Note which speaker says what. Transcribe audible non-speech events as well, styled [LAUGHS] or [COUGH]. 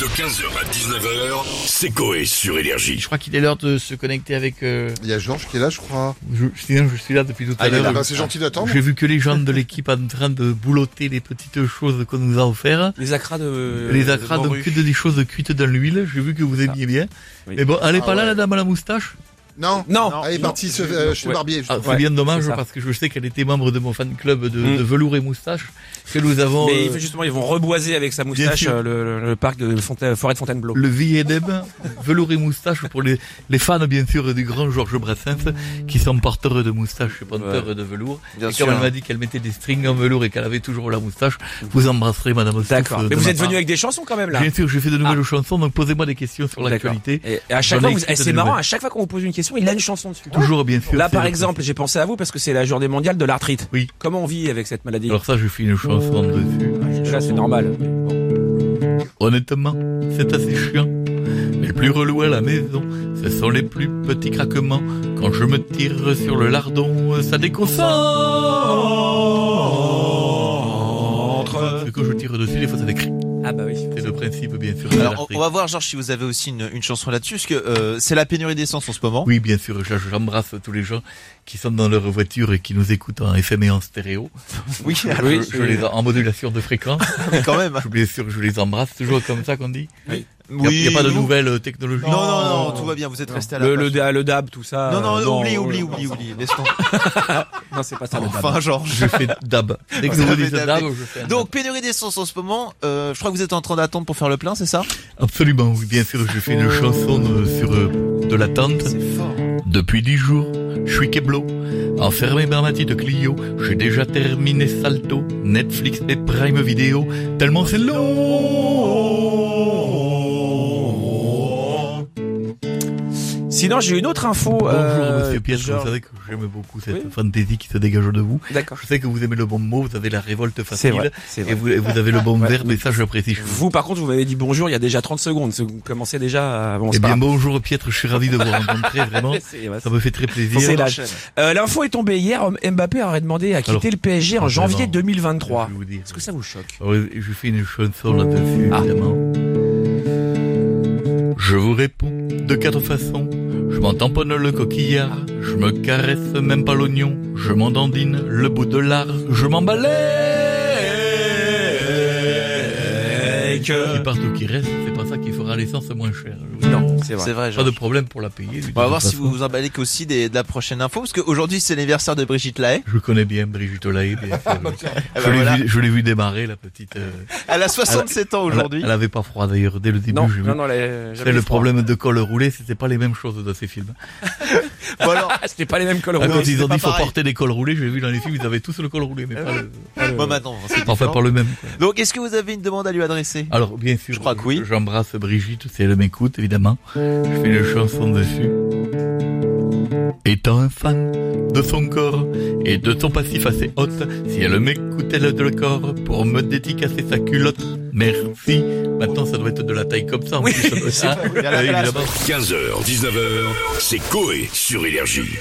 Speaker 1: De 15h à 19h, c'est Coé sur Énergie.
Speaker 2: Je crois qu'il est l'heure de se connecter avec. euh,
Speaker 3: Il y a Georges qui est là, je crois.
Speaker 2: je, sinon, je suis là depuis tout à
Speaker 3: Ah, il est
Speaker 2: l'heure.
Speaker 3: là. Bah, c'est gentil d'attendre.
Speaker 2: J'ai vu que les gens de l'équipe en train de boulotter les petites choses qu'on nous a offertes.
Speaker 4: Les acras de.
Speaker 2: les acras de
Speaker 4: morue.
Speaker 2: que des choses cuites dans l'huile. J'ai vu que vous aimiez bien.
Speaker 4: Oui.
Speaker 2: Mais bon, elle est
Speaker 3: Ah
Speaker 2: pas là,
Speaker 3: ouais.
Speaker 2: la dame à la moustache.
Speaker 3: Non,
Speaker 4: Non,
Speaker 3: Ah, il est
Speaker 4: non.
Speaker 3: parti se- euh, chez le
Speaker 4: Ouais.
Speaker 3: barbier.
Speaker 2: Ah, c'est
Speaker 4: Ouais,
Speaker 2: bien dommage
Speaker 4: c'est ça.
Speaker 2: parce que je sais qu'elle était membre de mon fan club de,
Speaker 4: Mm.
Speaker 2: de velours et moustache que nous avons
Speaker 4: Mais
Speaker 2: euh,
Speaker 4: ils- justement, ils vont reboiser avec sa moustache
Speaker 2: sûr.
Speaker 4: euh, le, le- le parc de Fontaine, forêt de Fontainebleau.
Speaker 2: le V&M velours et moustache pour les, les fans bien sûr du grand Georges Brassens qui sont porteurs de moustache et porteurs de velours.
Speaker 4: Bien
Speaker 2: et comme elle m'a dit qu'elle mettait des strings en velours et qu'elle avait toujours la moustache, vous embrasserez Madame Stouff,
Speaker 4: D'accord.
Speaker 2: euh, de
Speaker 4: Mais vous
Speaker 2: ma
Speaker 4: êtes venu
Speaker 2: part.
Speaker 4: avec des chansons quand même là. Ah.
Speaker 2: Bien sûr, j'ai fait de nouvelles chansons, donc posez-moi des questions sur
Speaker 4: D'accord.
Speaker 2: l'actualité.
Speaker 4: Et et à chaque
Speaker 2: J'en
Speaker 4: fois,
Speaker 2: ai
Speaker 4: vous-
Speaker 2: écrit
Speaker 4: eh,
Speaker 2: de
Speaker 4: c'est marrant.
Speaker 2: nouvelles.
Speaker 4: À chaque fois qu'on vous pose une question, il a une chanson dessus.
Speaker 2: Toujours bien sûr.
Speaker 4: Là,
Speaker 2: c'est
Speaker 4: par
Speaker 2: le-
Speaker 4: exemple, j'ai pensé à vous parce que c'est la journée mondiale de l'arthrite.
Speaker 2: Oui. Oh.
Speaker 4: Comment on vit avec cette maladie
Speaker 2: Alors ça, je fais une chanson dessus.
Speaker 4: Là, c'est normal. Bon.
Speaker 2: Honnêtement, c'est assez chiant. Mais le plus relou à la maison, ce sont les plus petits craquements. Quand je me tire sur le lardon, ça déconcentre. Ce que je tire dessus, des fois ça décrit.
Speaker 4: Ah bah oui.
Speaker 2: C'est le principe, bien sûr. de
Speaker 5: Alors, on,
Speaker 2: l'arthrite.
Speaker 5: on va voir, Georges, si vous avez aussi une, une chanson là-dessus, parce que euh, c'est la pénurie d'essence en ce moment.
Speaker 2: Oui, bien sûr, je- j'embrasse tous les gens qui sont dans leur voiture et qui nous écoutent en FM et en stéréo.
Speaker 5: Ah Oui,
Speaker 4: Oui,
Speaker 2: Je les en modulation de fréquence.
Speaker 5: mais quand même.
Speaker 2: Je- Bien sûr, je les embrasse, toujours comme ça qu'on dit. [LAUGHS] Il
Speaker 5: Oui.
Speaker 2: n'y a, pas de
Speaker 5: vous-
Speaker 2: nouvelles euh, technologies.
Speaker 5: Non, non, non, tout va bien, vous êtes resté à la
Speaker 4: Le, le,
Speaker 5: page.
Speaker 4: da- le dab, tout ça.
Speaker 5: Non,
Speaker 4: euh,
Speaker 5: non, oublie,
Speaker 4: euh,
Speaker 5: oublie, oublie, oublie, laisse tomber.
Speaker 4: Non, c'est pas ça. le dab.
Speaker 5: Enfin, Georges.
Speaker 2: Je fais dab. Dès que
Speaker 5: Vous
Speaker 2: vous
Speaker 5: avez
Speaker 2: dites
Speaker 5: dabé.
Speaker 2: dab, je fais un
Speaker 5: [LAUGHS] Donc, pénurie d'essence en ce moment, euh, je crois que vous êtes en train d'attendre pour faire le plein, c'est ça
Speaker 2: Absolument, oui, bien sûr, je fais
Speaker 4: Oh.
Speaker 2: une chanson de- sur euh, de l'attente.
Speaker 5: fort.
Speaker 2: Depuis dix jours, je suis keblo, enfermé par ma petite Clio. J'ai déjà terminé Salto, Netflix et Prime Video, tellement c'est long.
Speaker 4: Sinon, j'ai une autre info.
Speaker 2: Bonjour,
Speaker 4: euh,
Speaker 2: monsieur Pierre,
Speaker 4: genre-
Speaker 2: vous savez que j'aime beaucoup cette
Speaker 4: Oui.
Speaker 2: fantaisie qui se dégage de vous.
Speaker 4: D'accord.
Speaker 2: Je sais que vous aimez le bon mot, vous avez la révolte
Speaker 4: C'est
Speaker 2: facile.
Speaker 4: vrai. C'est vrai.
Speaker 2: Et vous, et vous avez le bon
Speaker 4: Ouais.
Speaker 2: verbe, et ça, j'apprécie.
Speaker 4: Vous, par contre, vous m'avez dit bonjour il y a déjà 30 secondes. c'est- Vous commencez déjà à... Bon,
Speaker 2: Eh
Speaker 4: c'est pas
Speaker 2: bien, bonjour Pietre, je suis ravi de vous rencontrer,
Speaker 4: [LAUGHS]
Speaker 2: vraiment.
Speaker 4: grave. C'est- ouais,
Speaker 2: Ça me fait très plaisir.
Speaker 4: c'est l'âge. Euh, L'info est tombée hier. Mbappé aurait demandé à quitter
Speaker 2: Alors,
Speaker 4: le PSG en janvier
Speaker 2: vraiment,
Speaker 4: 2023.
Speaker 2: Je vais vous dire.
Speaker 4: Est-ce que ça vous choque
Speaker 2: Alors, je fais une chanson là-dessus,
Speaker 4: Ah.
Speaker 2: évidemment. Je vous réponds de quatre façons. Je m'en tamponne le coquillard. Je me caresse même pas l'oignon. Je m'en dandine le bout de l'art. Je m'emballe. Qui part ou qui reste, c'est pas ça qui fera l'essence moins chère.
Speaker 4: Non, c'est vrai.
Speaker 5: C'est vrai,
Speaker 2: Pas de
Speaker 5: Georges.
Speaker 2: problème pour la payer. de
Speaker 5: On va voir
Speaker 2: toute
Speaker 5: si vous
Speaker 2: façon.
Speaker 5: vous emballez aussi des, de la prochaine info, parce qu'aujourd'hui, c'est l'anniversaire de Brigitte Lahaye.
Speaker 2: Je connais bien Brigitte Olaï, bien sûr.
Speaker 5: Eh
Speaker 2: je
Speaker 5: ben
Speaker 2: l'ai
Speaker 5: voilà.
Speaker 2: vu, je l'ai vu démarrer, la petite... euh,
Speaker 5: Elle a 67 ans
Speaker 2: elle-
Speaker 5: aujourd'hui.
Speaker 2: Elle avait pas froid, d'ailleurs, dès le début.
Speaker 4: Non,
Speaker 2: j'ai vu.
Speaker 4: non, non, les-
Speaker 2: C'est
Speaker 4: j'avais
Speaker 2: le
Speaker 4: froid.
Speaker 2: problème de col roulé, c'était pas les mêmes choses dans ces films.
Speaker 5: Bon, alors,
Speaker 4: Ah, c'était pas les mêmes cols
Speaker 2: Ah,
Speaker 4: roulés.
Speaker 2: quand ils
Speaker 5: c'est
Speaker 2: ont
Speaker 5: pas
Speaker 2: dit faut
Speaker 5: pareil. Ah
Speaker 2: porter des cols roulés, j'ai vu dans les films, ils avaient tous le col roulé, mais pas le,
Speaker 5: bon, maintenant, c'est
Speaker 2: enfin
Speaker 5: différent.
Speaker 2: pas le même. quoi.
Speaker 5: Donc, est-ce que vous avez une demande à lui adresser
Speaker 2: Alors bien sûr,
Speaker 5: Je crois que oui.
Speaker 2: J'embrasse Brigitte, si elle m'écoute évidemment. Je fais une chanson dessus. Étant un fan de son corps et de son passif assez haute, si elle m'écoutait elle de le corps pour me dédicacer sa culotte, merci. Maintenant ça doit être de la taille comme ça. en
Speaker 4: Oui,
Speaker 2: plus, ça doit-
Speaker 4: c'est
Speaker 2: Ah,
Speaker 5: Il y a la
Speaker 2: oui,
Speaker 5: place.
Speaker 2: évidemment.
Speaker 1: 15h, 19h, c'est Coé sur Énergie.